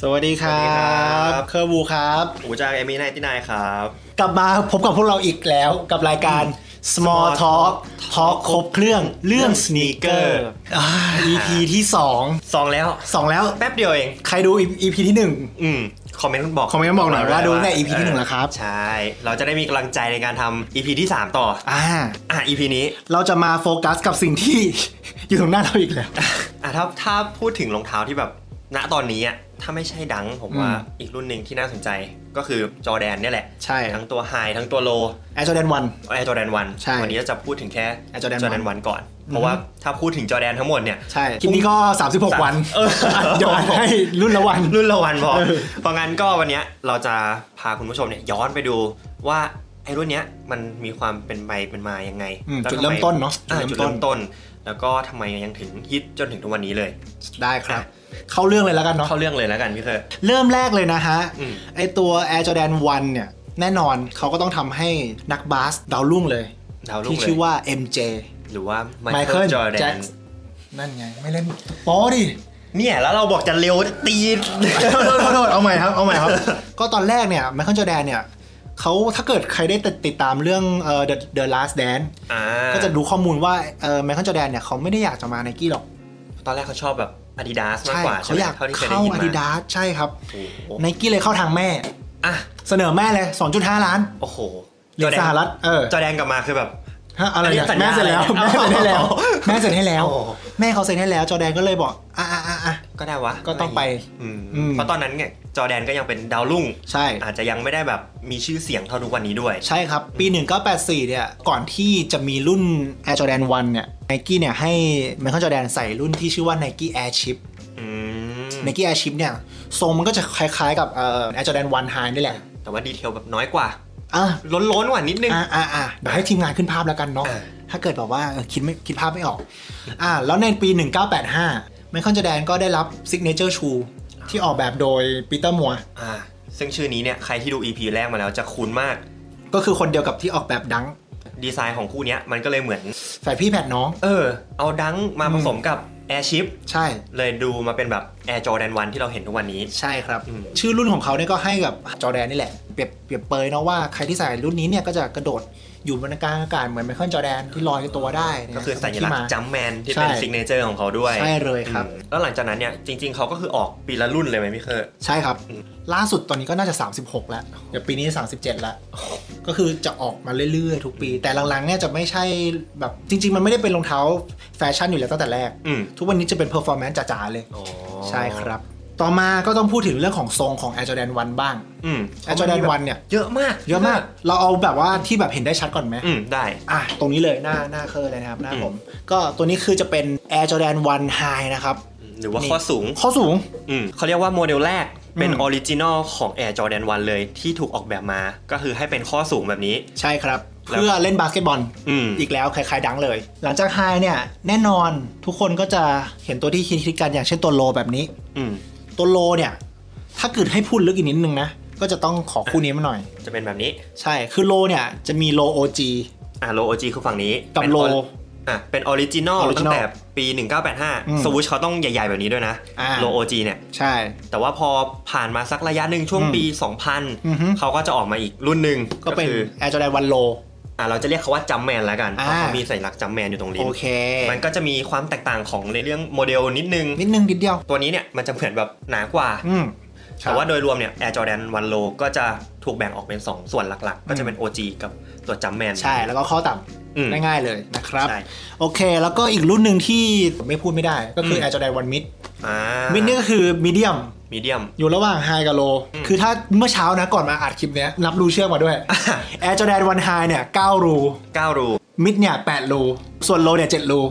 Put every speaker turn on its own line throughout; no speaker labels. สวัสดีครั
สวัสดีครับ บ
เคอร์บูครับ
อูจากเอมี่นายที่นายครับ
กลับมาพบกับพวกเราอีกแล้วกับรายการ Small Talk Talk ครบเครื่องเรื่องสน e เกอร์อ่า EP ที่ 2
สองแล้ว
2 แล้ว
แป๊บเดียวเอง
ใครดู EP ที่ 1
อืม คอมเมนต์บอก
คอมเมนต์บอกหน่อยว่าดูตั้งแต่ EP ที่หนึ่ง
เออ
แล้วครับ
ใช่ เราจะได้มีกำลังใจในการทำ EP ที่ 3 ต่อ
อ่า
อ่ะ EP นี้
เราจะมาโฟกัสกับสิ่งที่ อยู่ตรงหน้าเราอีกแล้ว
อ่ะถ้าถ้าพูดถึงรองเท้าที่แบบ ณ ตอนนี้อ่ะ ถ้าไม่ใช่ดัง ผมว่า
อืม
อีกรุ่นหนึ่งที่น่าสนใจก็คือจอแดนเนี่ยแหละ
ใช่
ทั้งตัวไฮทั้งตัวโล
แอร์จอแดนวัน
แอร์จอแดนวัน
ใช่
วันนี้เราจะพูดถึงแค่
Air Jordan
จอแดนวันก่อน เพราะว่าถ้าพูดถึงจอแดนทั้งหมดเนี่ย
ใช่คลิปนี้ก็ 36 วัน
เออ
ย้อนให้รุ่นละวัน
รุ่นละวันบอก
เออ
เพราะงั้นก็วันเนี้ยเราจะพาคุณผู้ชมเนี่ยย้อนไปดูว่าไอ้รุ่นเนี้ยมันมีความเป็นไปเป็นมายังไง
อืม
แล้ว
จุด
ทำไ
เริ่มต้นเนาะ
อ่าจุดเริ่มต้น แล้วก็ทำไมยังถึงฮิตจนถึงทุกวันนี้เลย
ได้ครับ เข้าเรื่องเลยแล้วกันเนาะ
เข้าเรื่องเลยแล้วกันพี่เธอร์
เริ่มแรกเลยนะฮะ
อืม
ไอตัว Air Jordan 1 เนี่ย แน่นอนเขาก็ต้องทำให้นักบาสดาวรุ่งเลย
ดาวรุ่ง
ที่
เล
ชื่อย ว่า MJ
หรือว่า
Michael
Michael Jordan
Jackson นั่นไง ไม่เล่นโป๊ ดิ
เนี่ยแล้วเราบอกจะเร็วตีน
โทษโทษโทษเอาใหม่ครับ เอาใหม่ ครับ ก็ตอนแรกเนี่ย ไมเคิลจอแดนเนี่ยเขาถ้าเกิดใครได้ติดตามเรื่องเอ่อ The The Last Dance
อ่า
ก็จะรู้ข้อมูลว่าเอ่อไมเคิลจอแดนเนี่ยเขาไม่ได้อยากจะมาไนกี้หรอก
ตอนแรกเขาชอบแบบ Adidas มาก
ใช่
กว่า
เขาอยาก
เท่าที่เคยได้
เข้า
ยิน
อา
มา
ดิดาสใช่ครับ
โอ้โห
ไนกี้เลยเข้าทางแม่
อ่ะ
เสนอแม่เลย 2.5 ล้าน
โอ้โห
เหรียญสหรัฐเออ
จอแดนกลับมาคือแบบ
ฮะอะไรเนี่ย
อันนี้สัญ
แม่
ญา
เสร็จแล้ว
อะไร
แม่เซ็นให้แล้ว
อ๋อ
แม่เซ็นให้แล้ว
โอ้
แม่เขาเซ็นให้แล้ว จอแดนก็เลยบอกอ่ะอ่ะอ่ะอ่ะ
ก็ได้วะ
ก็ต้องไป
อืม
อืม
เพราะตอนนั้นเนี่ยจอร์แดนก็ยังเป็นดาวรุ่ง
ใช่
อาจจะยังไม่ได้แบบมีชื่อเสียงเท่าทุกวันนี้ด้วย
ใช่ครับ ปี 1984 เนี่ย ก่อนที่จะมีรุ่น Air Jordan 1 เนี่ย Nike เนี่ยให้ Michael Jordan ใส่รุ่นที่ชื่อว่า Nike Air Chip
อืม
Nike Air Chip เนี่ย ทรงมันก็จะคล้ายๆกับเอ่อ Air Jordan 1 High นี่แหละ
แต่ว่าดีเทลแบบน้อยกว่า
อ่ะ
ล้นล้นๆกว่านิดนึง
อ่ะอ่ะอ่ะเดี๋ยวให้ทีมงานขึ้นภาพแล้วกันเนาะ
อ่า
ถ้าเกิดแบบว่าเออคิดไม่คิดภาพไม่ออก อ่ะแล้วในปี 1985 Michael Jordan ก็ได้รับ Signature Shoe ที่ออกแบบโดย Peter Moore
อ่า ซึ่งชื่อนี้เนี่ยใครที่ดู EP แรกมาแล้วจะคุ้นมาก
ก็คือคนเดียวกับที่ออกแบบดัง
ดีไซน์ของคู่เนี้ยมันก็เลยเหมือน
ฝ่ายพี่แผดน้อง
เออ เอาดังมาผสมกับ Airship
ใช่
เลยดูมาเป็นแบบ Air Jordan 1 ที่เราเห็นทุกวันนี้
ใช่ครับ
อืม
ชื่อรุ่นของเขาเนี่ยก็ให้กับจอแดนนี่แหละ เปรียบเปรียบเปยเนาะว่าใครที่ใส่รุ่นนี้เนี่ย ก็จะกระโดดอยู่บนกลางอากาศเหมือนไมเคิลจอแดนที่ลอยตัวได้เนี่ย
ก็คือสัญลักษ
ที่มา
ณ์จัมแมนที่เป็น
ใช่
ซิกเนเจอร์ของเขาด้วย
ใช่เลยครับ
อืมแล้วหลังจากนั้นเนี่ยจริง ๆเขาก็คือออกปีละรุ่นเลยไหมพี่เคอร์
ใช่ครับ
อืม
ล่าสุดตอนนี้ก็น่าจะ 36 แล้ว เดี๋ยวปีนี้ 37 แล้ว ก็คือจะออกมาเรื่อยๆ ทุกปี แต่หลังๆเนี่ยจะไม่ใช่แบบจริง ๆ มันไม่ได้เป็นรองเท้าแฟชั่นอยู่แล้วตั้งแต่แรก
อืม
ทุกวันนี้จะเป็นเพอร์ฟอร์แมนซ์จ๋าๆเลย
อ๋อ
ใช่ครับ ต่อมาก็ต้องพูดถึงเรื่องของทรงของ Air Jordan 1 บ้าง
อืม
Air Jordan 1 เนี่ย
เยอะมาก
เยอะมาก เราเอาแบบว่าที่แบบเห็นได้ชัดก่อนไหม
อืม ได้
อ่ะ ตรงนี้เลยหน้าหน้าเคอร์เลยนะครับ หน้าผม ก็ตัวนี้คือจะเป็น Air Jordan 1 High นะครับ
หรือว่า
นี่
ข้อสูง
ข้อสูง
อืมเขาเรียกว่าโมเดลแรกเป็น
อืม
ออริจินอลของ Air Jordan 1 เลยที่ถูกออกแบบมา ก็คือให้เป็นข้อสูงแบบนี้
ใช่ครับ เพื่อเล่นบาสเกตบอล
อืม
อีกแล้วคล้ายๆดังเลย หลังจาก High เนี่ย แน่นอนทุกคนก็จะเห็นตัวที่คิดๆกันอย่างเช่นตัวโลแบบนี้
อืม
ตัวโลเนี่ย ถ้าเกิดให้พูดลึกอีกนิดนึงนะ ก็จะต้องขอคู่นี้มาหน่อย
จะเป็นแบบนี้
ใช่ คือโลเนี่ยจะมีโล OG
อ่าโลโอจีคือฝั่งนี้
กับ
เป็น
โล
ori- อ่ะเป็นออริจินอล
original
ตั้งแต่ปี
อืม
1985 สวิชเขาต้องใหญ่ ๆ แบบนี้ด้วยนะ
อ่า
โลโอจีเนี่ย
ใช่
แต่ว่าพอผ่านมาสักระยะหนึ่งช่วง
อืม
ปี
อือฮึ
2000 เขาก็จะออกมาอีกรุ่นหนึ่ง
ก็เป็น
คือ
Air Jordan 1 Low
อ่าเราจะเรียกเขาว่าจัมแมนแล้วกันเพราะ
อ่า
เขามีสัญลักษณ์จัมแมนอยู่ตรงลิ้
โอน เค
มันก็จะมีความแตกต่างของในเรื่องโมเดลนิดนึง
นิดนึงนิดเดียว
ตัวนี้เนี่ยมันจะเหมือนแบบหนากว่า
อืม
แต่ว่าโดยรวมเนี่ย Air Jordan 1 Low ก็จะถูกแบ่งออกเป็น 2 ส่วนหลักๆ ก็จะเป็น OG กับตัวจัมแมน
ใช่ แล้วก็ข้อต่
อืม
ำง่ายๆเลยนะครับ
ใช่
โอเค แล้วก็อีกรุ่นหนึ่งที่ไม่พูดไม่ได้ ก็คือ Air Jordan 1 Mid
อ่า
Mid นี่ก็คือ medium
มีเดียม
อยู่ระหว่าง High กับ Low
อืม
คือถ้าเมื่อเช้านะก่อนมาอัดคลิปเนี้ยนับรูเชือกมา ด้วย Air Jordan 1 High เนี่ย 9 รู
9 รู
Mid เนี่ย 8 รู ส่วน Low เนี่ย 7 รู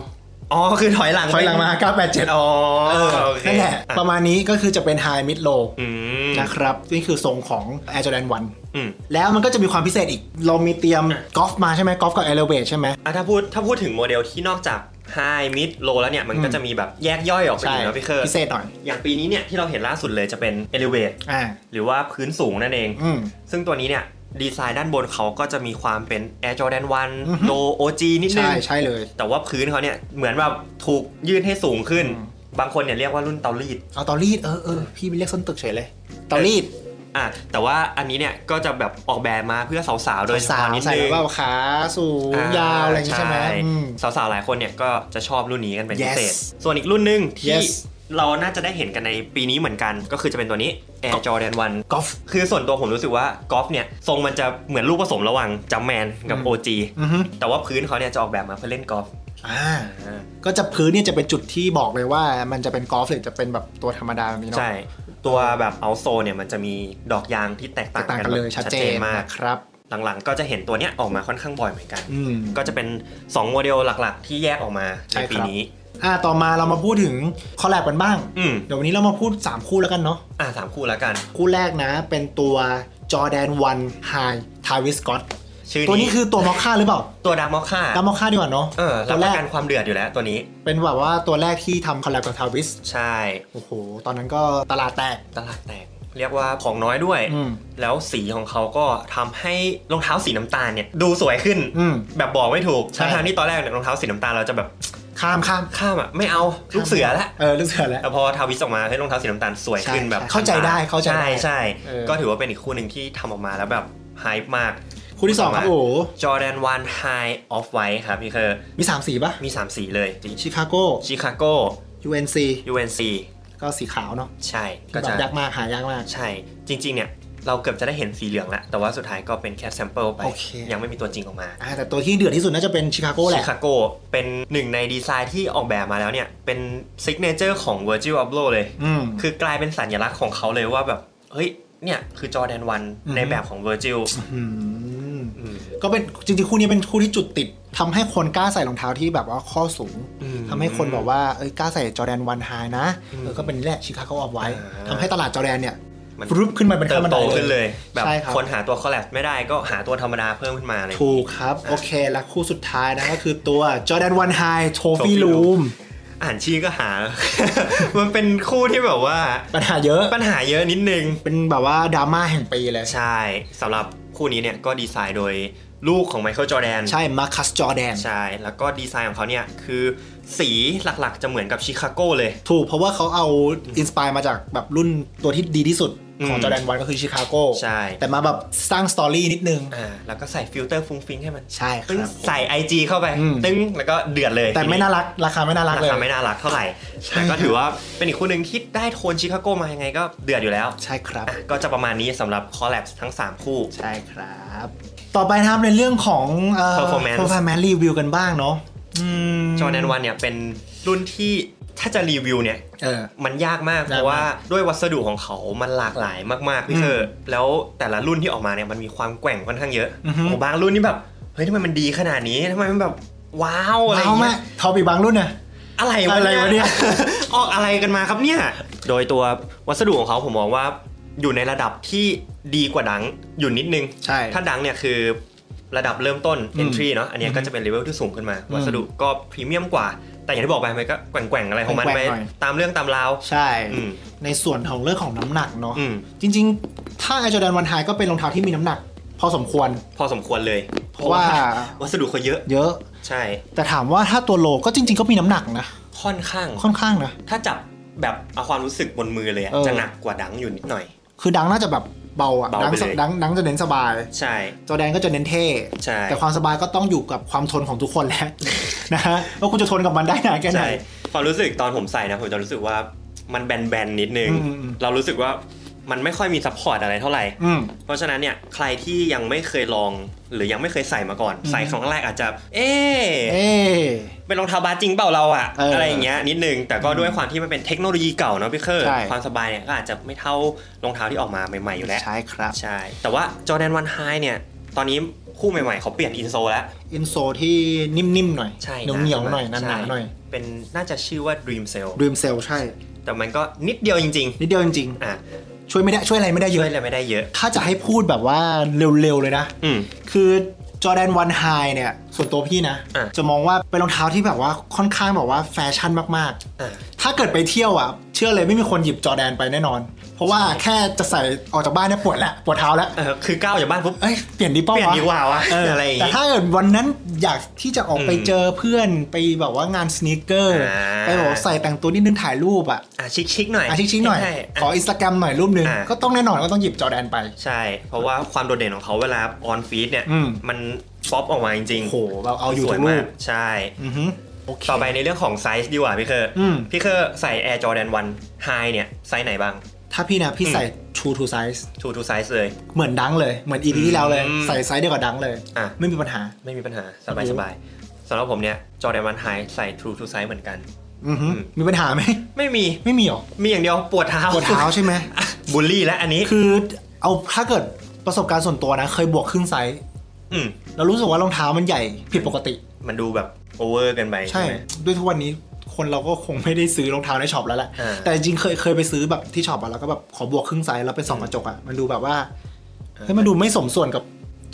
อ๋อ คือถอยหลัง
ถอยหลังมา 987
อ๋อโอเค
นั่นแหละ ประมาณนี้ก็คือจะเป็น High Mid Low
อืม
นะครับ นี่คือทรงของ Air Jordan 1
อืม
แล้วมันก็จะมีความพิเศษอีก เรามีเตรียมกอล์ฟมาใช่ไหมกอล์ฟกับเอเลเวทใช่ไหม
อ่ะถ้าพูดถ้าพูดถึงโมเดลที่นอกจาก High Mid Low แล้วเนี่ย มันก็
อืม
จะมีแบบแยกย่อยออกไป
ใช่
อีกนะพี่เคอร์
พิเศษหน่อย
อย่างปีนี้เนี่ยที่เราเห็นล่าสุดเลยจะเป็น Elevate
อ่า
หรือว่าพื้นสูงนั่นเอง
อืม
ซึ่งตัวนี้เนี่ยดีไซน์ด้านบนเขาก็จะมีความเป็น Air Jordan
อือฮึ
1 Low OG นิดนึ
ใช่
ง
ใช่เลย
แต่ว่าพื้นเขาเนี่ยเหมือนแบบถูกยืดให้สูงขึ้น
อืม
บางคนเนี่ยเรียกว่ารุ่นเตารีด
เอาเตารีดเออเออพี่ไปเรียกส้นตึกเฉยเลยเตารีด
อ่ะแต่ว่าอันนี้เนี่ยก็จะแบบออกแบบมาเพื่อสาวๆ โดยเฉ
สาว
พาะนิด
ใส่
นึ
แบ
ง
บว่าขาสูงยาวอะไรอย่างงี้ใช่ไหมอืม
สาวๆ หลายคนเนี่ยก็จะชอบรุ่นนี้กันเป็นพิเศษ
Yes
ส่วนอีกรุ่นหนึ่งที่
Yes
เราน่าจะได้เห็นกันในปีนี้เหมือนกัน ก็คือจะเป็นตัวนี้ Air Jordan 1
กอล์ฟ
คือส่วนตัวผมรู้สึกว่ากอล์ฟเนี่ยทรงมันจะเหมือนลูกผสมระหว่างจัมแมนกับ
อืม
OG
อือฮึ
แต่ว่าพื้นเขาเนี่ยจะออกแบบมาเพื่อเล่นกอล์ฟ
อ่า
อ่า
ก็จะพื้นเนี่ยจะเป็นจุดที่บอกเลยว่ามันจะเป็นกอล์ฟหรือจะเป็นแบบตัวธรรมดาแบบนี้เนาะ
ใช่ตัวแบบเอาโซเนี่ยมันจะมีดอกยางที่แตก
แต
ต่าง
กต่าง
กั
กัน นเลย
แบบ
ชัดเจน
มาก
นะครับ
หลังๆ ก็จะเห็นตัวเนี้ยออกมาค่อนข้างบ่อยเหมือนกัน
อืม
ก็จะเป็น 2 โมเดลหลักๆ ที่แยกออกมา
ใช่
ใน
ครับ
ปีนี้
อ่าต่อมาเรามาพูดถึงคอลแลบกันบ้าง
อืม
เดี๋ยววันนี้เรามาพูด 3 คู่แล้วกันเนาะ
อ่ะสามคู่แล้วกัน
คู่แรกนะ เป็นตัวจอแดน1 High ทาวิสกอต
ชื่อ
ตัวนี้คือตัวมอคค่าหรือเปล่า
ตัวดักมอค่า
ตามมอคค่าดีกว่าเนาะ
เออ
ตั
รับ
ว
ป
แรก
ระกันความเดือดอยู่แล้วตัวนี้
เป็นแบบว่าตัวแรกที่ทำคอลแลบกับทาวิส
ใช่
โอ้โห ตอนนั้นก็ตลาดแตก
ตลาดแตก เรียกว่าของน้อยด้วย
อืม
แล้วสีของเขาก็ทำให้รองเท้าสีน้ำตาลเนี่ยดูสวยขึ้น
อืม
แบบบอกไม่ถูก
ใช่
ทางๆที่ตอนแรกเนี่ยรองเท้าสีน้ำตาลเราจะแบบ
ข้ามข้าม
ข้ามอ่ะไม่เอาลูกเสือละ
เออลูกเสือแล้ว
แต่พอทาวิสออกมาให้ยรองเท้าสีน้ำตาลสวยขึ้น
ใช่
แบบ
เข้าใจได้เข้าใจได้
ใช่ใช่
เออ
ก็ถือว่าเป็นอีกคู่หนึ่งที่ทำออกมาแล้วแบบไฮป์มาก
คู่ที่สองครับโอ้โห
จอแดนวันไฮออฟไวท์ครับพี่เคอร์
มีสามสีป่ะ
มี 3 สีเลย
ชิคาโก
ชิคาโก
UNC
UNC
ก็สีขาวเนาะ
ใช่
ที่
ก็
แบ
จะ
บยากมากหายากมาก
ใช่ จริง ๆ เนี่ย เราเกือบจะได้เห็นสีเหลืองแล้ว แต่ว่าสุดท้ายก็เป็นแค่แซมเปิลไป
โอเค
ยังไม่มีตัวจริงออกมา
อ่าแต่ตัวที่เดือดที่สุดน่าจะเป็นชิคาโกแห
ชิ
ละ
คาโกเป็นหนึ่งในดีไซน์ที่ออกแบบมาแล้วเนี่ย เป็นซิกเนเจอร์ของ Virgil Abloh เลย
อืม
คือกลายเป็นสัญลักษณ์ของเขาเลยว่าแบบ เฮ้ยเนี่ยคือจอแดนวัน
อืม
ในแบบของ Virgil
ม
อืม
ก็เป็นจริงๆ คู่นี้เป็นคู่ที่จุดติดทำให้คนกล้าใส่รองเท้าที่แบบว่าข้อสูงทำให้คนบอกว่าเอ้ยกล้าใส่จอแดนวันไฮนะ
อืม
เออก็เป็นนี่แหละชิคาโกเอาไว้
อ่า
ทำให้ตลาดจอแดนเนี่ย
มัน
รุบขึ้นมาเป็น
เติ
ขั้น
บ
บัน
โต
ได
ขึ้น
เลย
เลย แบบ
ใช่ครับ
คนหาตัวคอลแลบไม่ได้ก็หาตัวธรรมดาเพิ่มขึ้นมาเลย
ถูกครับ โอเค และคู่สุดท้ายนะก็คือตัวจอแดนวันไฮโทฟี่ลูม
อ่านชื่อก็หา มันเป็นคู่ที่แบบว่า
ปัญหาเยอะ
ปัญหาเยอะนิดนึง
เป็นแบบว่าดราม่าแห่งปีเลย
ใช่สำหรับคู่นี้เนี่ยก็ดีไซน์โดยลูกของไมเคิลจอแดน
ใช่มาคัสจอแดน
ใช่แล้วก็ดีไซน์ของเขาเนี่ยคือสีหลักๆจะเหมือนกับชิคาโกเลย
ถูกเพราะว่าเขาเอาอินสปายมาจากแบบรุ่นตัวที่ดีที่สุดของ
อืม
จอแดนวันก็คือชิคาโก
ใช่
แต่มาแบบสร้างสตอรี่นิดนึง
อ่าแล้วก็ใส่ฟิลเตอร์ฟุ้งฟิ้งให้มัน
ใช่ค
ตึ้ง
รับ
ใส่ IG เข้าไป
อืม
ตึ้งแล้วก็เดือดเลย
แต่ไม่
ที
น่ารัก ราคาไม่น่ารัก
รา
เลย
คาไม่น่ารักเท่าไหร่แต่ก็ถือว่าเป็นอีกคู่หนึ่งที่ได้โทนชิคาโกมายังไงก็เดือดอยู่แล้ว
ใช่ครับ
อ่ะก็จะประมาณนี้สำหรับคอลแลบทั้ง 3 คู่
ใช่ครับ ต่อไปนะครับในเรื่องของเอ่อ
Performance
performance review กันบ้างเนาะอืม
จอแดนวันเนี่ยเป็นรุ่นที่ถ้าจะรีวิวเนี่ย
เออ
มันยากมาก
ยากมาก
เพราะว่าด้วยวัสดุของเขามันหลากหลายมากๆพี่เธอแล้วแต่ละรุ่นที่ออกมาเนี่ยมันมีความแกว่งค่อนข้างเยอะ
อือฮึ
โอ้บางรุ่นนี่แบบ เฮ้ยทำไมมันดีขนาดนี้ทำไมมันแบบ ว้าวอะไรอ
เอา
ย่าง
มา
เงี้ย
ทอปีบางรุ่นน่ะ
อะไร
อะไรวะเนี่ย
ออกอะไรกันมาครับเนี่ย โดยตัววัสดุของเขาผมมองว่าอยู่ในระดับที่ดีกว่าดังอยู่นิดนึง
ใช่
ถ้าดังเนี่ยคือระดับเริ่มต้น
อืม
entry เนาะอันเนี้ยก็จะเป็นเลเวลที่สูงขึ้นมา
อืม
วัสดุก็พรีเมียมกว่า แต่อย่างที่บอกไปมันก็แกว่งๆอะไรของมัน
แก
ไป
ว่งๆหน่อย
ตามเรื่องตามราว
ใช่
อืม
ในส่วนของเรื่องของน้ำหนักเนาะ
อืม
จริงๆ ถ้าไอจอแดนวันไฮก็เป็นรองเท้าที่มีน้ำหนัก พอสมควร
พอสมควรเลย
เพราะว่า
วัสดุเขาเยอะ
เยอะ
ใช่
แต่ถามว่าถ้าตัวโลก็จริง ๆ ก็มีน้ำหนักนะ
ค่อนข้าง
ค่อนข้างนะ
ถ้าจับแบบเอาความรู้สึกบนมือเลยอะ
เออ
จะหนักกว่าดังอยู่นิดหน่อย
คือดังน่าจะแบบเบาอ่ะ
เบา
ดั
ไป
ง
เลย
ดังดังจะเน้นสบาย
ใช่
จอแดนก็จะเน้นเท่
ใช่
แต่ความสบายก็ต้องอยู่กับความทนของทุกคนแหล้ว นะ ฮะว่าคุณจะทนกับมันได้นานแค่ไหน
ใช่ความรู้สึกตอนผมใส่นะผมจะรู้สึกว่ามันแบนๆนิดนึง
อืมอืมอืม
เรารู้สึกว่ามันไม่ค่อยมีซัพพอร์ตอะไรเท่าไหร่
อืม
เพราะฉะนั้นเนี่ยใครที่ยังไม่เคยลองหรือยังไม่เคยใส่มาก่อน
อืม
ใส่ครั้งแรกอาจจะ เอ๊ะ
เอ๊
เป็นรองเท้าบาสจริงเปล่าเราอะ
เอออ
อะไรอย่างเงี้ยนิดนึง แต่ก็ด้วยความที่มันเป็นเทคโนโลยีเก่าเนาะพี่เคอร์
ใช่
ความสบายเนี่ยก็อาจจะไม่เท่ารองเท้าที่ออกมาใหม่ๆอยู่แล้ว
ใช่ครับ
ใช่ แต่ว่าจอแดนวันไฮเนี่ย ตอนนี้คู่ใหม่ๆเขาเปลี่ยนอินโซแล้ว
อินโซที่นิ่มๆหน่อย
ใช่
เหนียวๆหน่อยห
ใช่
นาๆหน่อย
เป็นน่าจะชื่อว่า Dream Cell
ด e มเซลใช่
แต่มันก็นิดเดียวจริง
นิดเดียวจริง
ๆ อ่ะ
ๆ ช่วยไม่ได้ช่วยอะไรไม่ได้เย
ช่ว
อะ
ยอะไรไม่ได้เยอะ
ถ้าจะให้พูดแบบว่าเร็วๆเลยนะ
อืม
คือจอแดนวันไฮเนี่ย ส่วนตัวพี่นะ
อ่ะ
จะมองว่าเป็นรองเท้าที่แบบว่าค่อนข้างแบบว่าแฟชั่นมากๆ
อ่ะ
ถ้าเกิดไปเที่ยวอ่ะ เชื่อเลยไม่มีคนหยิบจอแดนไปแน่นอน เพ ราะว่าแค่จะใส่ออกจากบ้านเนี่ยปวดแล้วปวดเท้าแล้ว
เออคือก้าวจากบ้านปุ๊บ
เอ้ยเปลี่ยนดีเป้า
เปลี่ยน
วะ
ดีกว่าวะ
เอออ
อะไรอย่าง
แต่
งี้
ถ้าเกิดวันนั้นอยากที่จะออกไป
อืม
เจอเพื่อนไปแบบว่างานสเนคเกอร์
อ่า
ไปแบอกใส่แต่งตัวนิดนึงถ่ายรูปอ่ะ
อ่ะชิคๆหน่อย
อาชิคๆหน่อย
ใช่
ขอ
อ่ะ
อินสตาแกรมหน่อยรูปหนึง
อ่า
ก็ต้องแน่นอนก็ต้องหยิบจอแดนไป
ใช่ เพราะว่าความโดดเด่นของเขาเวลาออนฟีดเนี่ย
อืม
มันป๊อปออกมาจริง
โอ้โหเราเอาอยู่
สว
ทุ
ย
กรู
มาก
ป
ใช่
อือฮึโอเค
ต่อไปในเรื่องของไซส์ดีกว่าพี่เคอร์
อืม
พี่เคอร์ใส่ Air Jordan 1 High เนี่ย ไซส์ไหนบ้าง
ถ้าพี่นะพี่
อืม
ใส่ true to size
True to size เลย
เหมือนดังเลยเหมือนอีพีที่แล้วเลย
อืม
ใส่ไซส์เดียวกับดังเลย
อ่ะ
ไม่มีปัญหา
ไม่มีปัญหา สบายสบายสำหรับผมเนี่ย Jordan 1 High ใส่ True to size เหมือนกัน
อือฮึ
อืม
มีปัญหาไหม
ไม่มี
ไม่มีหรอ
มีอย่างเดียวปวดเท้า
ปวดเท้าใช่ไหม
อ่ะบูลลี่และอันนี้
คือเอาถ้าเกิดประสบการณ์ส่วนตัวนะ เคยบวกครึ่งไซส์
อืม
แล้วรู้สึกว่ารองเท้ามันใหญ่ผิดปกติ
มันดูแบบโอเวอร์กันไป
ใช่
ไหม
ด้วยทุกวันนี้คนเราก็คงไม่ได้ซื้อรองเท้าในช็อปแล้วแหละ
อ่า
แต่จริงๆเคยเคยไปซื้อแบบที่ช็อปอะแล้วก็แบบขอบวกครึ่งไซส์แล้วไปส่องกระจกอะมันดูแบบว่าเฮ้ยมันดูไม่สมส่วนกับ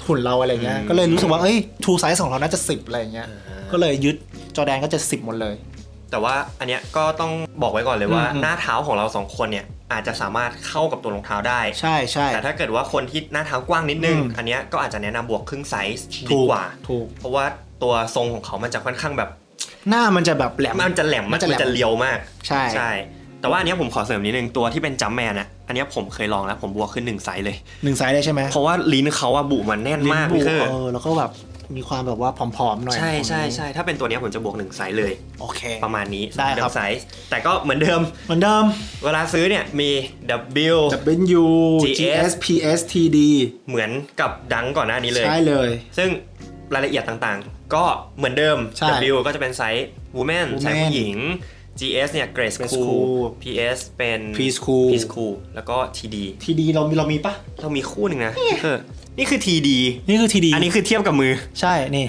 หุ่นเราอะไรเงี้ยก็เลยรู้สึกว่าเอ้ยทูไซส์ของเราน่าจะสิบอะไรเงี้ย
อ่า
ก็เลยยึดจอแดนก็จะสิบหมดเลย
แต่ว่าอันเนี้ยก็ต้องบอกไว้ก่อนเลยว่า
อืม
หน้าเท้าของเราสองคนเนี่ยอาจจะสามารถเข้ากับตัวรองเท้าได้
ใช่ใช่
แต่ถ้าเกิดว่าคนที่หน้าเท้ากว้างนิดนึง
อืม
อันเนี้ยก็อาจจะแนะนำบวกครึ่งไซส์ดีกว่า
ถูก
เพราะว่าตัวทรงของเขามันจะค่อนข้างแบบ
หน้ามันจะแบบแหลม
มันจะแหลมมาก
มันจะแหลม
มันจะเลียวมาก
ใช่
ใช่ แต่ว่าอันเนี้ยผมขอเสริมนิดนึงตัวที่เป็นจัมแมนอะอันเนี้ยผมเคยลองแล้วผมบวกขึ้นหนึ่งไซส์เลย
หนึ่งไซส์ได้ใช่ไหม
เพราะว่าลิ้นเขาอะบุมันแน่นมาก
ลิ้นบุ
พี่คือ
เออแล้วก็แบบมีความแบบว่าผอมๆหน่อย
ใช่ใช่ใช่ถ้าเป็นตัวเนี้ยผมจะบวกหนึ่งไซส์เลย
โอเค
ประมาณนี้
ได้ครับ
หนึ่งไซส์แต่ก็เหมือนเดิม
เหมือนเดิม
เวลาซื้อเนี่ยมี W
W G
GS
S P S T D
เหมือนกับดังก่อนหน้านี้เลย
ใช่เลย
ซึ่งรายละเอียดต่างๆ ก็เหมือนเดิม
ใช่
W ก็จะเป็นไซส์
woman
woman ไซส์ผู้หญิง GS เนี่ย grade
grade
school
school
PS เป็น
Preschool
preschool แล้วก็ TD
T D เรามีเรามีปะ
เรามีคู่หนึ่งนะเออนี่คือ TD
นี่คือ T D
อันนี้คือเทียบกับมือ
ใช่นี่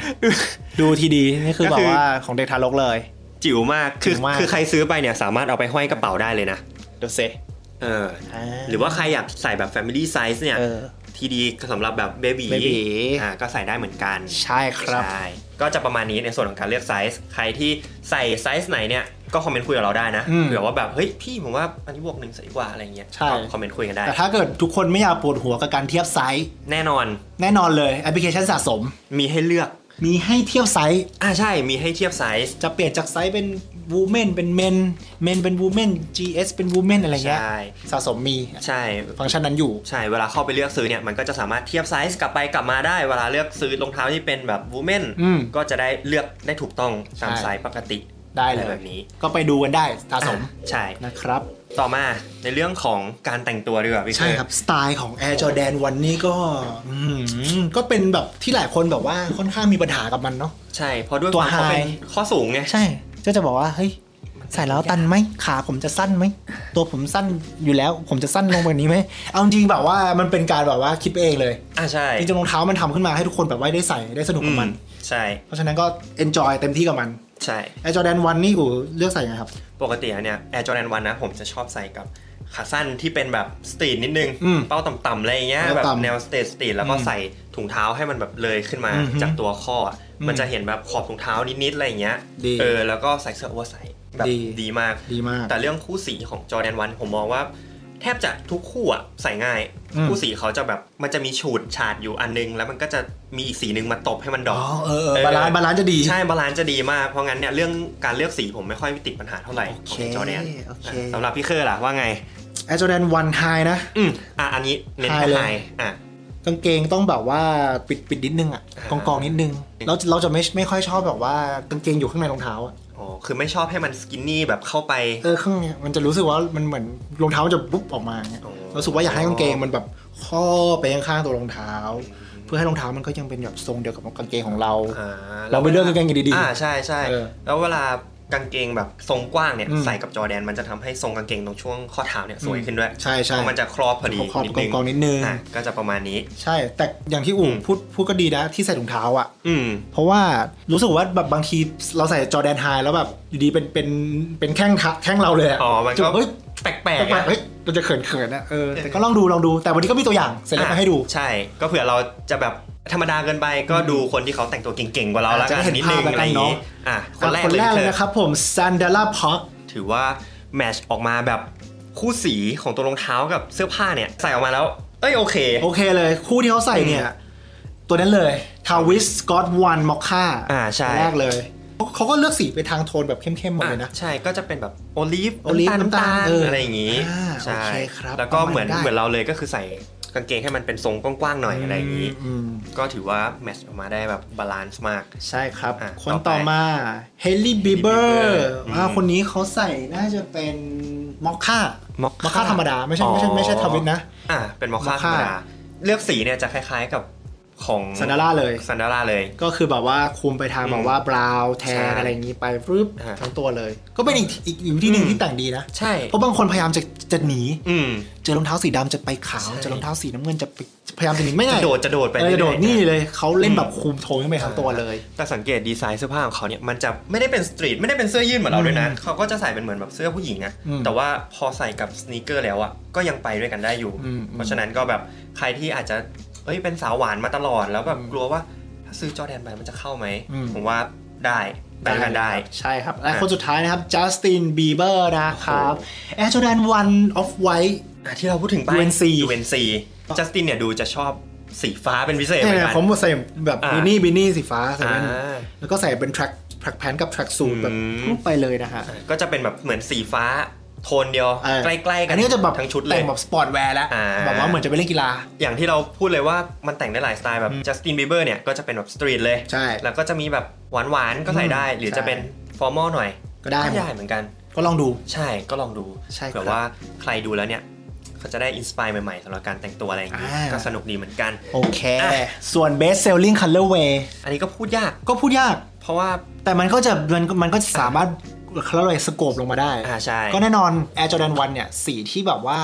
ดู T D นี่คือแบ
ก็คื
บ
อ
ว่าของเด็กทารกเลย
จิ๋วมากคือ
จิ๋วมาก
คือใครซื้อไปเนี่ยสามารถเอาไปห้อยกระเป๋าได้เลยนะ
เดี๋ยวเซ
เออหรือว่าใครอยากใส่แบบ family size เนี่ย
เออ
TD สำหรับแบบ baby
baby
อ่าก็ใส่ได้เหมือนกัน
ใช่ครับ
ใช่ ก็จะประมาณนี้ในส่วนของการเลือกไซส์ ใครที่ใส่ไซส์ไหนเนี่ย ก็คอมเมนต์คุยกับเราได้นะ
อืม
เผื่อว่าแบบ เฮ้ย พี่ผมว่าอันนี้บวกหนึ่งใส่กว่าอะไรเงี้ย
ใช่
ก็คอมเมนต์คุยกันได้
แต่ถ้าเกิดทุกคนไม่อยากปวดหัวกับการเทียบไซส์
แน่นอน
แน่นอนเลยแอปพลิเคชันสะสม
มีให้เลือก
มีให้เทียบไซส์
อ่าใช่มีให้เทียบไซส์
จะเปลี่ยนจากไซส์เป็นวูแมนเป็นเมนเมนเป็นวูแมน GS เป็นวูแมนอะไรเงี้ย
ใช่
สะสมมี
ใช่
ฟังก์ชันนั้นอยู่
ใช่ เวลาเข้าไปเลือกซื้อเนี่ย มันก็จะสามารถเทียบไซส์กลับไปกลับมาได้ เวลาเลือกซื้อรองเท้าที่เป็นแบบวูแมน
อืม
ก็จะได้เลือกได้ถูกต้องตาม
ใช่
ไซส์ปกติ
ได้
อะ
เล
ไร
ย
แบบนี้
ก็ไปดูกันได้สะสม
อ่ะใช่
นะครับ
ต่อมาในเรื่องของการแต่งตัวดีกว่าพี่
ใช่
เต้
ครับ สไตล์ของ Air Jordan วันนี้ก็อืมก็เป็นแบบที่หลายคนแบบว่าค่อนข้างมีปัญหากับมันเนาะ
ใช่ เพราะด้วย
ตัว
ความเขาเป็น
high
ข้อสูงไง
ใช่ก็จะบอกว่า เฮ้ย ใส่แล้วตันไหมขาผมจะสั้นไหม ตัวผมสั้นอยู่แล้วผมจะสั้นลงแบบนี้ไหมเอาจริงๆแบบว่ามันเป็นการแบบว่าคิดไปเองเลย
อ่าใช่
จริงๆรองเท้ามันทำขึ้นมาให้ทุกคนแบบว่าได้ใส่ได้สนุก
อื
กับ
ม
มัน
ใช่
เพราะฉะนั้นก็ enjoy เต็มที่กับมัน
ใช่
ไอจอแดนวันนี่อูเลือกใส่ไงครับ
ปกติอะเนี่ย Air Jordan 1นะ ผมจะชอบใส่กับขาสั้นที่เป็นแบบสตรีทนิดนึง
อืม
เป้าต่ำๆอะไรอย่างเงี้ย
เป้า
แบบ
ต่ำ
แนวสตรีทสตรีทแล้วก็ใส่ถุงเท้าให้มันแบบเลยขึ้นมา
อือฮึ
จากตัวข้ออะ
อืม
มันจะเห็นแบบขอบถุงเท้านิดๆอะไรอย่างเงี้ย
ดี
เออแล้วก็ใส่เสื้อโอเวอร์ไซส์แบบ
ดี
ดีมาก
ดีมาก
แต่เรื่องคู่สีของจอแดนวันผมมองว่า แทบจะทุกคู่อะใส่ง่าย
อืม
คู่สีเขาจะแบบมันจะมีฉูดฉาดอยู่อันนึง แล้วมันก็จะมีอีกสีนึงมาตบให้มันดร
อ๋
อ
อ
ป
เออเออบาลานซ์บาลานซ์จะดี
ใช่บาลานซ์จะดีมาก เพราะงั้นเนี่ยเรื่องการเลือกสีผมไม่ค่อยติดปัญหาเท่าไหร่
โอเค
ของจอแดน
โอเค
สำหรับพี่เคอร์ล่ะว่าไง
ไอจอแดนวันไฮนะ
อืมอ่ะอันนี้เน้น
ทายเลย
ทายอ่ะ
กางเกงต้องแบบว่าปิดปิดนิดนึงอ่ะก
อ่า
องกองๆนิดนึงเราเราจะไม่ไม่ค่อยชอบแบบว่ากางเกงอยู่ข้างในรองเท้าอะ
อ๋อคือไม่ชอบให้มันสกินนี่แบบเข้าไป
เออข้างเนี้ยมันจะรู้สึกว่ามันเหมือนรองเท้ามันจะบุ๊บออกมาเงี้ย
อ๋อ
รู้สึกว่าอยากให้กางเกงมันแบบข้อไปข้างๆตัวรองเท้า เพื่อให้รองเท้ามันก็ยังเป็นแบบทรงเดียวกับกางเกงของเรา
อ่า
เราไปเลือกกางเกงกันดีๆ
อ่าใช่ใช่
เออ
แล้วเวลากางเกงแบบทรงกว้างเนี่ย
อืม
ใส่กับจอแดนมันจะทำให้ทรงกางเกงตรงช่วงข้อเท้าเนี่ยสวยขึ้นด้วย
ใช่
เพ
ใช่
ราะมันจะครอบพอดี
ขอบ
นิด
กอ
นึ
ง
ง
กองๆนิดนึง
อ่ะก็จะประมาณนี้
ใช่ แต่อย่างที่อู๋
อืม
พูดพูดก็ดีนะที่ใส่ถุงเท้าอ่ะ
อืม
เพราะว่ารู้สึกว่าแบบบางทีเราใส่จอร์แดนไฮแล้วแบบอยู่ดีเป็นเป็นเป็นแข้งทักแข้งเราเลยะ
อ๋อมันก็
จุดเฮ้ย
แปล
แป
กๆ
ล
อ่ะ
กๆเฮ้ยเราจะเขินเขินนะเออ
เออ
แต่ก็ลองดูลองดูแต่วันนี้ก็มีตัวอย่างเสร็จแล้วมาให้ดู
อ่ะใช่ก็เผื่อเราจะแบบธรรมดาเกินไปก็ดูคนที่เขาแต่งตัวเก่งๆกว่าเรา
อ่ะ
แล้วกั
จะได้
น
เห็น
นิดนึง
ภาพแล้ว
อะไรอย่างนี้
กันเนอะ
อ่ะคนแรก
คน
เลย
แรกเลย
เถ
นะ
อะ
ครับผมซันเดล่าพ็อก
ถือว่าแมทชออกมาแบบ คู่สีของตัวรองเท้ากับเสื้อผ้าเนี่ย ใส่ออกมาแล้ว เอ้ยโอเค
โอเคเลย คู่ที่เขาใส่เนี่ย ตัวนั้นเลยทาวิสกอตวันมอคค่า
อ่าใช่
แรกเลยเขาเขาก็เลือกสีไปทางโทนแบบเข้มๆหมดเลยนะ
อ่ะใช่ก็จะเป็นแบบโอลีฟ
โอลีฟ
น้ำ
น้ำตา
ตา
ล
ล
เอออ
อะไรอย่างนี้
อ่า
ใช่
โอเคครับ
แล้วก็
ประมาณ
เหมือน
ได้
เหมือนเราเลยก็คือใส่กางเกงให้มันเป็นทรงกว้างๆหน่อยอะไรอย่างนี้
อืม
ก็ถือว่าแมทช์ออกมาได้แบบบาลานซ์มาก
ใช่ครับ
อ่ะ
คน
ต่
ต่
อ
อ
ไป
มาเฮลลี่บีเบอ
Bieber
ร์
อืม
อ่าคนนี้เขาใส่น่าจะเป็นมอคค่าม
อค
อ
ค่าม
คค่าธรรมดา ไม่ใช่ไม่ใช่
อ๋อ
ไม่ใช่ทาวิสนะ
อ่ะเป็นมอคค่า
Mocha
ธรรมดาเลือกสีเนี่ยจะคล้ายๆกับของ
ซันดาร่าเลย
ซันดาร่าเลย
ก็คือแบบว่าคุมไปทาง
อืม
แบบว่าบราวน์แทน
ใช่
อะไรอย่างนี้ไปปึ๊บ
อ่า
ทั้งตัวเลย ก็เป็นอีกอีกอีกวิธีหนึ่ง
อืม
ที่แต่งดีนะ
ใช่
เพราะบางคนพยายามจะจะหนี
อืม
เจอรองเท้าสีดำจะไปขาว
ใช่
เจอรองเท้าสีน้ำเงินจะไปพยายามจะหนีไม่ไง
จะโดดจะโดดไป
เออโดด
รื่อๆ
นี่เลยเขาเล่น
อืม
แบบคุมโทนขึ้นไปทั้งตัวเลย
แต่สังเกตดีไซน์เสื้อผ้าของเขาเนี่ยมันจะไม่ได้เป็นสตรีทไม่ได้เป็นเสื้อยืดเหมือนเราด้วยนะ
อืม
เขาก็จะใส่เป็นเหมือนแบบเสื้อผู้หญิงนะ
อืม
แต่ว่าพอใส่กับสนีกเกอร์แล้วอ่ะก็ยังไปด้วยกันได้อยู่
อืม
เพราะฉะนั้นก็แบบใครที่อาจจะเอ้ยเป็นสาวหวานมาตลอดแล้วแบบกลัวว่าถ้าซื้อจอร์แดนไปมันจะเข้าไหม
อืม
ผมว่าได้ไปด้วยกันได้
ใช่ครับ และคนสุดท้ายนะครับจัสตินบีเบอร์นะครับแอร์จอแดนวันออฟไวท์
อ่ะที่เราพูดถึงไป
UNC
เวนซีจัสตินเนี่ยดูจะชอบสีฟ้าเป็นพิเศษเหมือน
เนี่ย
กัน
ผมใส่แบบ
อ่า
บินี่บินี่สีฟ้าใส่
อ่า
แว่นแล้วก็ใส่เป็นแทร็กแทร็กแพนกับแทร็กซูทแบบ
อืม
รูปไปเลยนะฮะ
ก็จะเป็นแบบเหมือนสีฟ้าโทนเดียว
เออ
ใกล้ๆกั
อัน
น
นี้ก็จะแบบ
ทั้งชุดเล
แต่
ย
งแบบสปอร์ตแวร์แล้ว
อ่า
แบบว่าเหมือนจะไปเล่นกีฬา
อย่างที่เราพูดเลยว่ามันแต่งได้หลายสไตล์แบบ
อืม
จัสตินบีเบอร์เนี่ยก็จะเป็นแบบสตรีทเลย
ใช่
แล้วก็จะมีแบบหวานๆ ก็ใส่ได้
อืม
หรือ
ใช่
จะเป็นฟอร์มอลหน่อย
ก็ได้
ก็ได้เหมือนกัน
ก็ลองดู
ใช่ก็ลองดู
ใช่
เผื่อ
ครับ
ว่าใครดูแล้วเนี่ย เขาจะได้อินสปายใหม่ๆสำหรับการแต่งตัวอะไรอย่างนี้
อ่า
ก็สนุกดีเหมือนกัน
โอเค
อ่ะ
ส่วน best selling colorway
อันนี้ก็พูดยาก
ก็พูดยาก
เพราะว่า
แต่มันก็จะมันก็มันก็สามารถเขาเรียกอะไรสโคปลงมาได้
อ่าใช่
ก็แน่นอน Air Jordan 1เนี่ยสีที่แบบว่า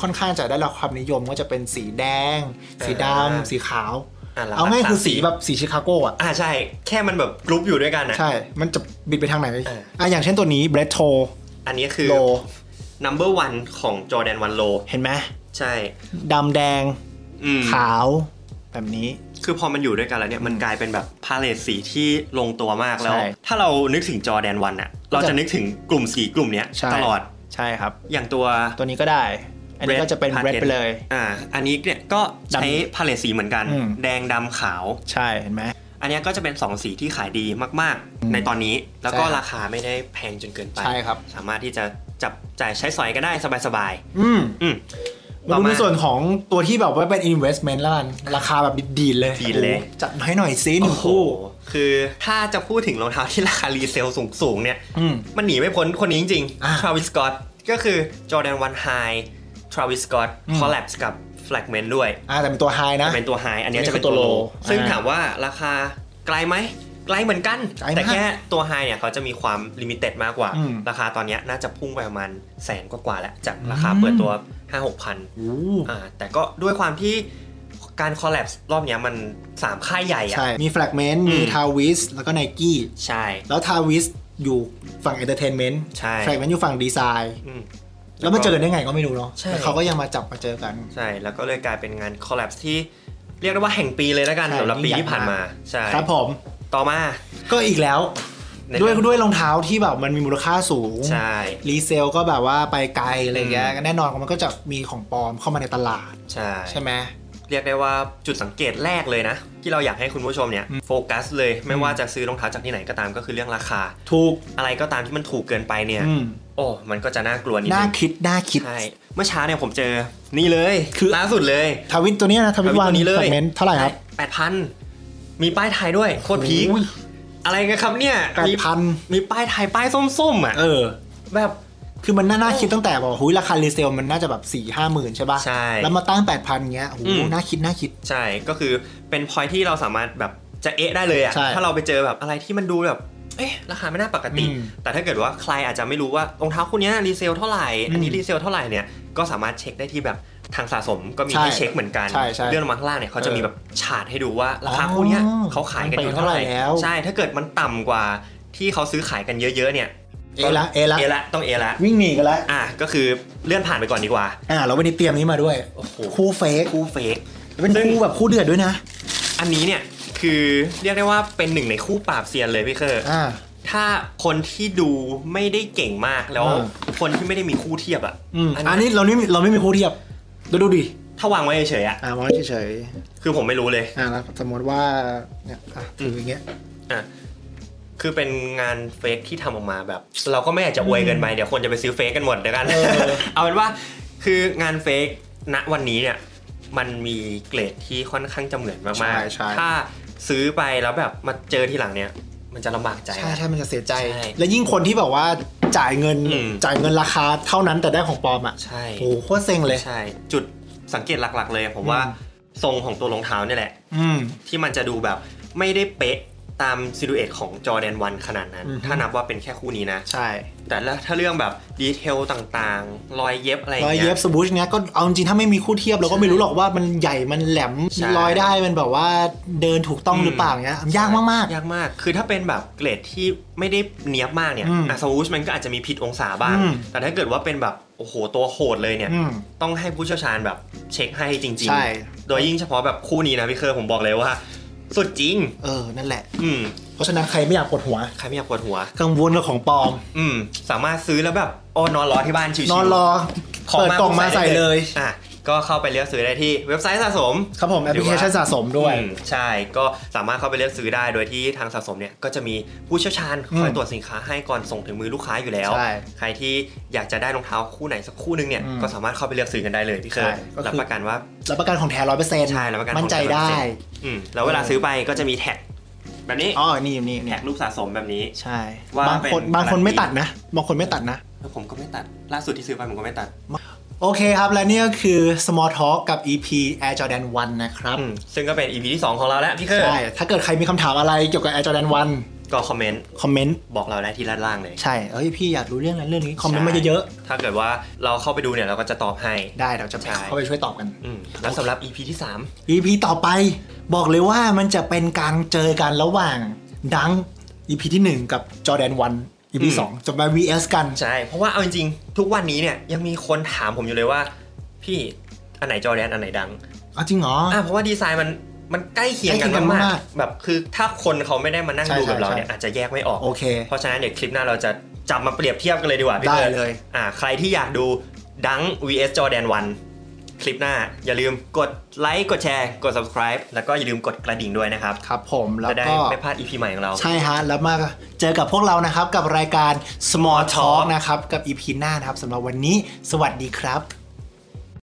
ค่อนข้างจะได้รับความนิยมก็จะเป็นสีแดง สีด
อ่า
ำสีขาว
อ่ะร
เอาง่าย
สม
คือสีแบบสีชิคาโก้อะ
อ่าใช่ แค่มันแบบกรุ๊ปอยู่ด้วยกันอ่ะ
ใช่ มันจะบิดไปทางไหน
อ่า
อ่ะอย่างเช่นตัวนี้ b r e t t o
อันนี้คือ
โล
number one ของจอแดนวันโล
เห็นไหม
ใช่
ดำแดง
อืม
ขาว แบบนี้
คือพอมันอยู่ด้วยกันแล้วเนี่ยมันกลายเป็นแบบพาเลตสีที่ลงตัวมากแล้ว
ใช่
ถ้าเรานึกถึงจอแดนวันอะเราจะนึกถึงกลุ่มสีกลุ่มเนี้ย
ใช่
ตลอด
ใช่ครับ
อย่างตัว
ตัวนี้ก็ได้ อันนี้
Red
ก็จะเป็น
Patent
red ไปเลย
อ่าอันนี้เนี่ยก็ใช้
ดำ
พาเลตสีเหมือนกัน
อืม
แดงดำขาว
ใช่เห็นไหม
อันเนี้ยก็จะเป็น 2 สีที่ขายดีมาก
อืม
ๆ ในตอนนี้แล้ว
ใช่
ก็
ครับ
ราคาไม่ได้แพงจนเกินไป
ใช่ครับ
สามารถที่จะจับจ่ายใช้สอยก็ได้สบาย
อืม
ๆอืม
มาดูในส่วนของตัวที่แบบว่าเป็น investment แล้วกันราคาแบบดีดๆเลย
ดีดเลย
โอ้โหจัดมาให้หน่อยซิหนึ่งคู่
โอ้โหคือถ้าจะพูดถึงรองเท้าที่ราคารีเซลสูงๆเนี่ย
อืม
มันหนีไม่พ้นคนนี้จริง
อ่า
ๆทราวิสสกอตก็คือจอร์แดนวันไฮทราวิสสกอต
อืม
คอลแลบส์กับ f l a g m e n t ด้วย
อ่าแต่เป็นตัวไฮนะ
เป็นตัวไฮอันเนี้ย
อันนี้
จะเป็นตัวโล
คือตัว low
ซึ่ง
อ่า
ถามว่าราคาไกลไหมไกลเหมือนกัน
ไกลมาก
แต่แค่ตัวไฮเนี่ยเขาจะมีความลิมิเต็ดมากกว่า
อืม
ราคาตอนเนี้ยน่าจะพุ่งไปประมาณแสนกว่าๆแล้ว จากราคาเปิดตัว 5 6พัน
โอ้
อ่าแต่ก็ด้วยความที่การคอลแลบส์รอบเนี้ยมัน 3 ค่ายใหญ่อะ
ใช่ มีแฟลกเมนต์ มี
อืม
ทาวิส แล้วก็ไนกี้
ใช่
แล้วทาวิสอยู่ฝั่งเอนเตอร์เทนเมนต์
ใช่
แฟลกเมนต์อยู่ฝั่งดีไซน์
อืม
แล้วมาเจอกันได้ไงก็ไม่รู้เนาะ
ใช่
แต่เขาก็ยังมาจับมาเจอกัน
ใช่ แล้วก็เลยกลายเป็นงานคอลแลบที่เรียกได้ว่าแห่งปีเลยแล้วกัน
ใช่
สำหรับปี
ยิ่งใหญ่
ที่ผ่านมา ใช่
ครับผม
ต่อมา
ก็อีกแล้ว
ใน
ด้วย
เรื่อง
ด้วยรองเท้าที่แบบมันมีมูลค่าสูง
ใช่
รีเซลก็แบบว่าไปไกลอะไรอย่างเงี้ย
อืม
แน่นอนมันก็จะมีของปลอมเข้ามาในตลาด
ใช่
ใช่ไหม
เรียกได้ว่าจุดสังเกตแรกเลยนะ ที่เราอยากให้คุณผู้ชมเนี่ยโฟกัสเลยไม่ว่าจะซื้อรองเท้าจากที่ไหนก็ตามก็คือเรื่องราคา
ถูก
อะไรก็ตามที่มันถูกเกินไปเนี่ย
อืม
โอ้มันก็จะน่ากลัวนิด
น่า
นึง
คิด น่าคิด
ใช่เมื่อเช้าเนี่ยผมเจอนี่เลย
คือ
ล่าสุดเลย
ทาวิสตัวเนี้ยนะทาวิส
ทาวิส
วัน
ตัวนี้เล
แฟ
ย
ลกเมนต์เท่าไหร่ครับ
แปดพันมีป้ายไทยด้วยโคตรพีคอะไรกันครับเนี่ย
แปด
มี
พัน
มีป้ายไทยป้ายส้มๆอ่ะ
เออ
แบบ
คือมันน่าน่าคิดตั้งแต่บอกหุยราคารีเซลมันน่าจะแบบ4ี่ห้าหมื่นใช่ปะ
ใช่
แล้วมาตั้ง 8 0 0พันเงี้ยโอ้โห
อืม
น่าคิดน่าคิด
ใช่ ก็คือเป็นพอยที่เราสามารถแบบจะเอะได้เลยอะ
ใช่
ถ้าเราไปเจอแบบอะไรที่มันดูแบบ เอ๊ะราคาไม่น่าปกติ
อืม
แต่ถ้าเกิดว่าใครอาจจะไม่รู้ว่ารองเท้าคู่เนี้ยรีเซลเท่าไหร่ อันนี้รีเซลเท่าไหร่เนี่ย ก็สามารถเช็คได้ที่แบบทางสะสมก็มี
ใช่
ให้เช็คเหมือนกัน
ใช่ใช่
เลื่อนลงมาข้างล่างเนี่ยเขาจะมี
เออ
แบบฉาดให้ดูว่าราคาคู่เนี้ยเขาขายกันอยู่เท่าไหร่
มันไปเท่าไหร่แล้ว
ใช่ ถ้าเกิดมันต่ำกว่าที่เขาซื้อขายกันเยอะๆเนี่ย
เอะละเอะละ
เอะละต้องเอะละ
วิ่งหนีกันละ
อ่ะ ก็คือเลื่อนผ่านไปก่อนดีกว่า
อ่าแล้ววันนี้เตรียมนี้มาด้วย
โอ้โห
คู่เฟก
คู่เฟก
เป็น
ซึ่ง
คู่แบบคู่เดือดด้วยนะ
อันนี้เนี่ยคือเรียกได้ว่าเป็นหนึ่งในคู่ปราบเซียนเลยพี่เคอร์
อ่า
ท ถ้าคนที่ดูไม่ได้เก่งมากแล้ว
อ่า
คนที่ไม่ได้มีคู่เทียบอ่ะ
อืม
อัน
อัน
นี้
นี้เรานี่เราไม่มีคู่เทียบดูดูดิ
ถ้าวางไว้เฉยๆอ่ะ
อ่ามองเฉย
คือผมไม่รู้เลย
ๆอ่าแล้วสมมติว่าเนี่ยอ่ะถืออย่างเงี้ย
อ่ะคือเป็นงานเฟกที่ทำออกมาแบบ เราก็ไม่อยากจะอวยเกินไปเดี๋ยวคนจะไปซื้อเฟกกันหมดเดี๋ยวกัน
เออ
เอาเป็นว่าคืองานเฟกณวันนี้เนี่ย มันมีเกรดที่ค่อนข้างจะเหมือนมาก
ใช่ใช่
ๆ ถ้าซื้อไปแล้วแบบมาเจอทีหลังเนี่ย มันจะลำบากใจ
ใช่ใช่มันจะเสียใจ
ใช่
และยิ่งคนที่แบบว่าจ่ายเงิน
อืม
จ่ายเงินราคาเท่านั้นแต่ได้ของปลอมอ่ะ
ใช่
โอ้โหโคตรเซ็งเลย
ใช่ จุดสังเกตหลัก ๆ เลยผมว่า
อื
ทรงของตัวรองเท้าเนี่ยแหละ
อืม
ที่มันจะดูแบบไม่ได้เป๊ะตามซิลูเอตของจอแดนวันขนาดนั้น
อือฮึ
ถ้านับว่าเป็นแค่คู่นี้นะ
ใช่
แต่ละถ้าเรื่องแบบดีเทลต่างๆ รอยเย็บอะไร
รอย
เงี้
เย็
ย
บสบูชเนี้ยก็เอาจริงๆถ้าไม่มีคู่เทียบเราก็ไม่รู้หรอกว่ามันใหญ่มันแหลม
ใช่
รอยได้มันแบบว่าเดินถูกต้อง
อืม
หรือเปล่าเงี้ยยากมาก
ยากมาก คือถ้าเป็นแบบเกรดที่ไม่ได้เนียบมากเนี่ย
อืม
อ่ะสวูชมันก็อาจจะมีผิดองศาบ้าง
อืม
แต่ถ้าเกิดว่าเป็นแบบโอ้โหตัวโหดเลยเนี่ย
ๆอืม
ต้องให้ผู้เชี่ยวชาญแบบเช็คให้จริง
ใช่
โดยยิ่งเฉพาะแบบคู่นี้นะพี่เคอร์ผมบอกเลยว่า สุดจริง
เออนั่นแหละ
อืม
เพราะฉะนั้นใครไม่อยากปวดหัว
ใครไม่อยากปวดหัว
กังวลกับของปลอม
อืมสามารถซื้อแล้วแบบโอ้นอนรอที่บ้านชิวน
อนรอ
ๆ
เปิดกล่องมาใส่เลย
อ่ะก็เข้าไปเลือกซื้อได้ที่เว็บไซต์สะสม
ครับผมแอปพลิเคชันสะสมด้วย
อืมใช่ก็สามารถเข้าไปเลือกซื้อได้โดยที่ทางสะสมเนี่ยก็จะมีผู้เชี่ยวชาญคอย
อืม
ตรวจสินค้าให้ก่อนส่งถึงมือลูกค้าอยู่แล้ว
ใช่
ใครที่อยากจะได้รองเท้าคู่ไหนสักคู่หนึงเนี่ย
อืม
ก็สามารถเข้าไปเลือกซื้อกันได้เลยพี่เค
ใช่
ย
ก็คือ
รับประกันว่า
รับประกันของแท้ร้อยเปอร์เซ็นต์
ใช่รับประกัน
มั่นใจได้
อืมแล้วเวลาซื้อไปก็จะมีแท็กแบบนี้
อ๋อ นี่นี่เนี่
แท็ก
ย
รูปสะสมแบบนี้
ใช่
ว่า
บางคน
เป็น
บางคน
การันตี
ไม่ตัดนะ บางคนไม่ตัดนะ
แล้วผมก็ไม่ตัดล่าสุดที่ซื้อไปผมก็ไม่ตัด
โอเคครับ และนี่ก็คือ Small Talk กับ EP Air Jordan 1 นะครับ
อืมซึ่งก็เป็น EP ที่สองของเราแล้วพี่เคย
ใช่ ถ้าเกิดใครมีคำถามอะไรเกี่ยวกับ Air Jordan
ก็คอมเมนต์
1 คอมเมนต์
บอกเราได้ที่ด้านล่างเลย
ใช่ เอ้ยพี่อยากรู้เรื่องนั้นเรื่องนี้ คอมเมนต์มาเยอะ
ถ้าเกิดว่าเราเข้าไปดูเนี่ยเราก็จะตอบให้
ๆ ได้เราจะไป
ใช่
เข้าไปช่วยตอบกัน
อืมแล้วสำหรับ EP ที่สาม
EP ต่อไปบอกเลยว่ามันจะเป็นการเจอกันระหว่างดัง EP ที่ 1 กับจอแดน1 EP
อืม
สองจะมา VS กัน
ใช่ เพราะว่าเอาจริงๆ ทุกวันนี้เนี่ยยังมีคนถามผมอยู่เลยว่า พี่อันไหนจอแดนอันไหนดัง
อ๋อจริงเหรอ
อ่ะเพราะว่าดีไซน์มันมันใกล้เคียงกัน
ใกล้เคียงกัน
มาม
าก ก
ๆแบบคือถ้าคนเขาไม่ได้มานั่ง
ใช่
ดูกับ
ใช่
เราเนี่ย
ใช่
อาจจะแยกไม่ออก
โอเค
เพราะฉะนั้นเดี๋ยวคลิปหน้าเราจะจับมาเปรียบเทียบกันเลยดีกว่าพี่
ได้
เบิร์
เลย
อ่ะใครที่อยากดูดัง vs จอแดนวันคลิปหน้า อย่าลืมกดไลค์กดแชร์กด subscribe แล้วก็อย่าลืมกดกระดิ่งด้วยนะครับ
ครับผมแล้ว
จะได้
ก็
ไม่พลาด EP ใหม่ของเรา
ใช่ฮะ แล้วมาเจอกับพวกเรานะครับ กับรายการ Small Talk
Talk
นะครับ กับ EP หน้านะครับสำหรับวันนี้ สวัสดีครับ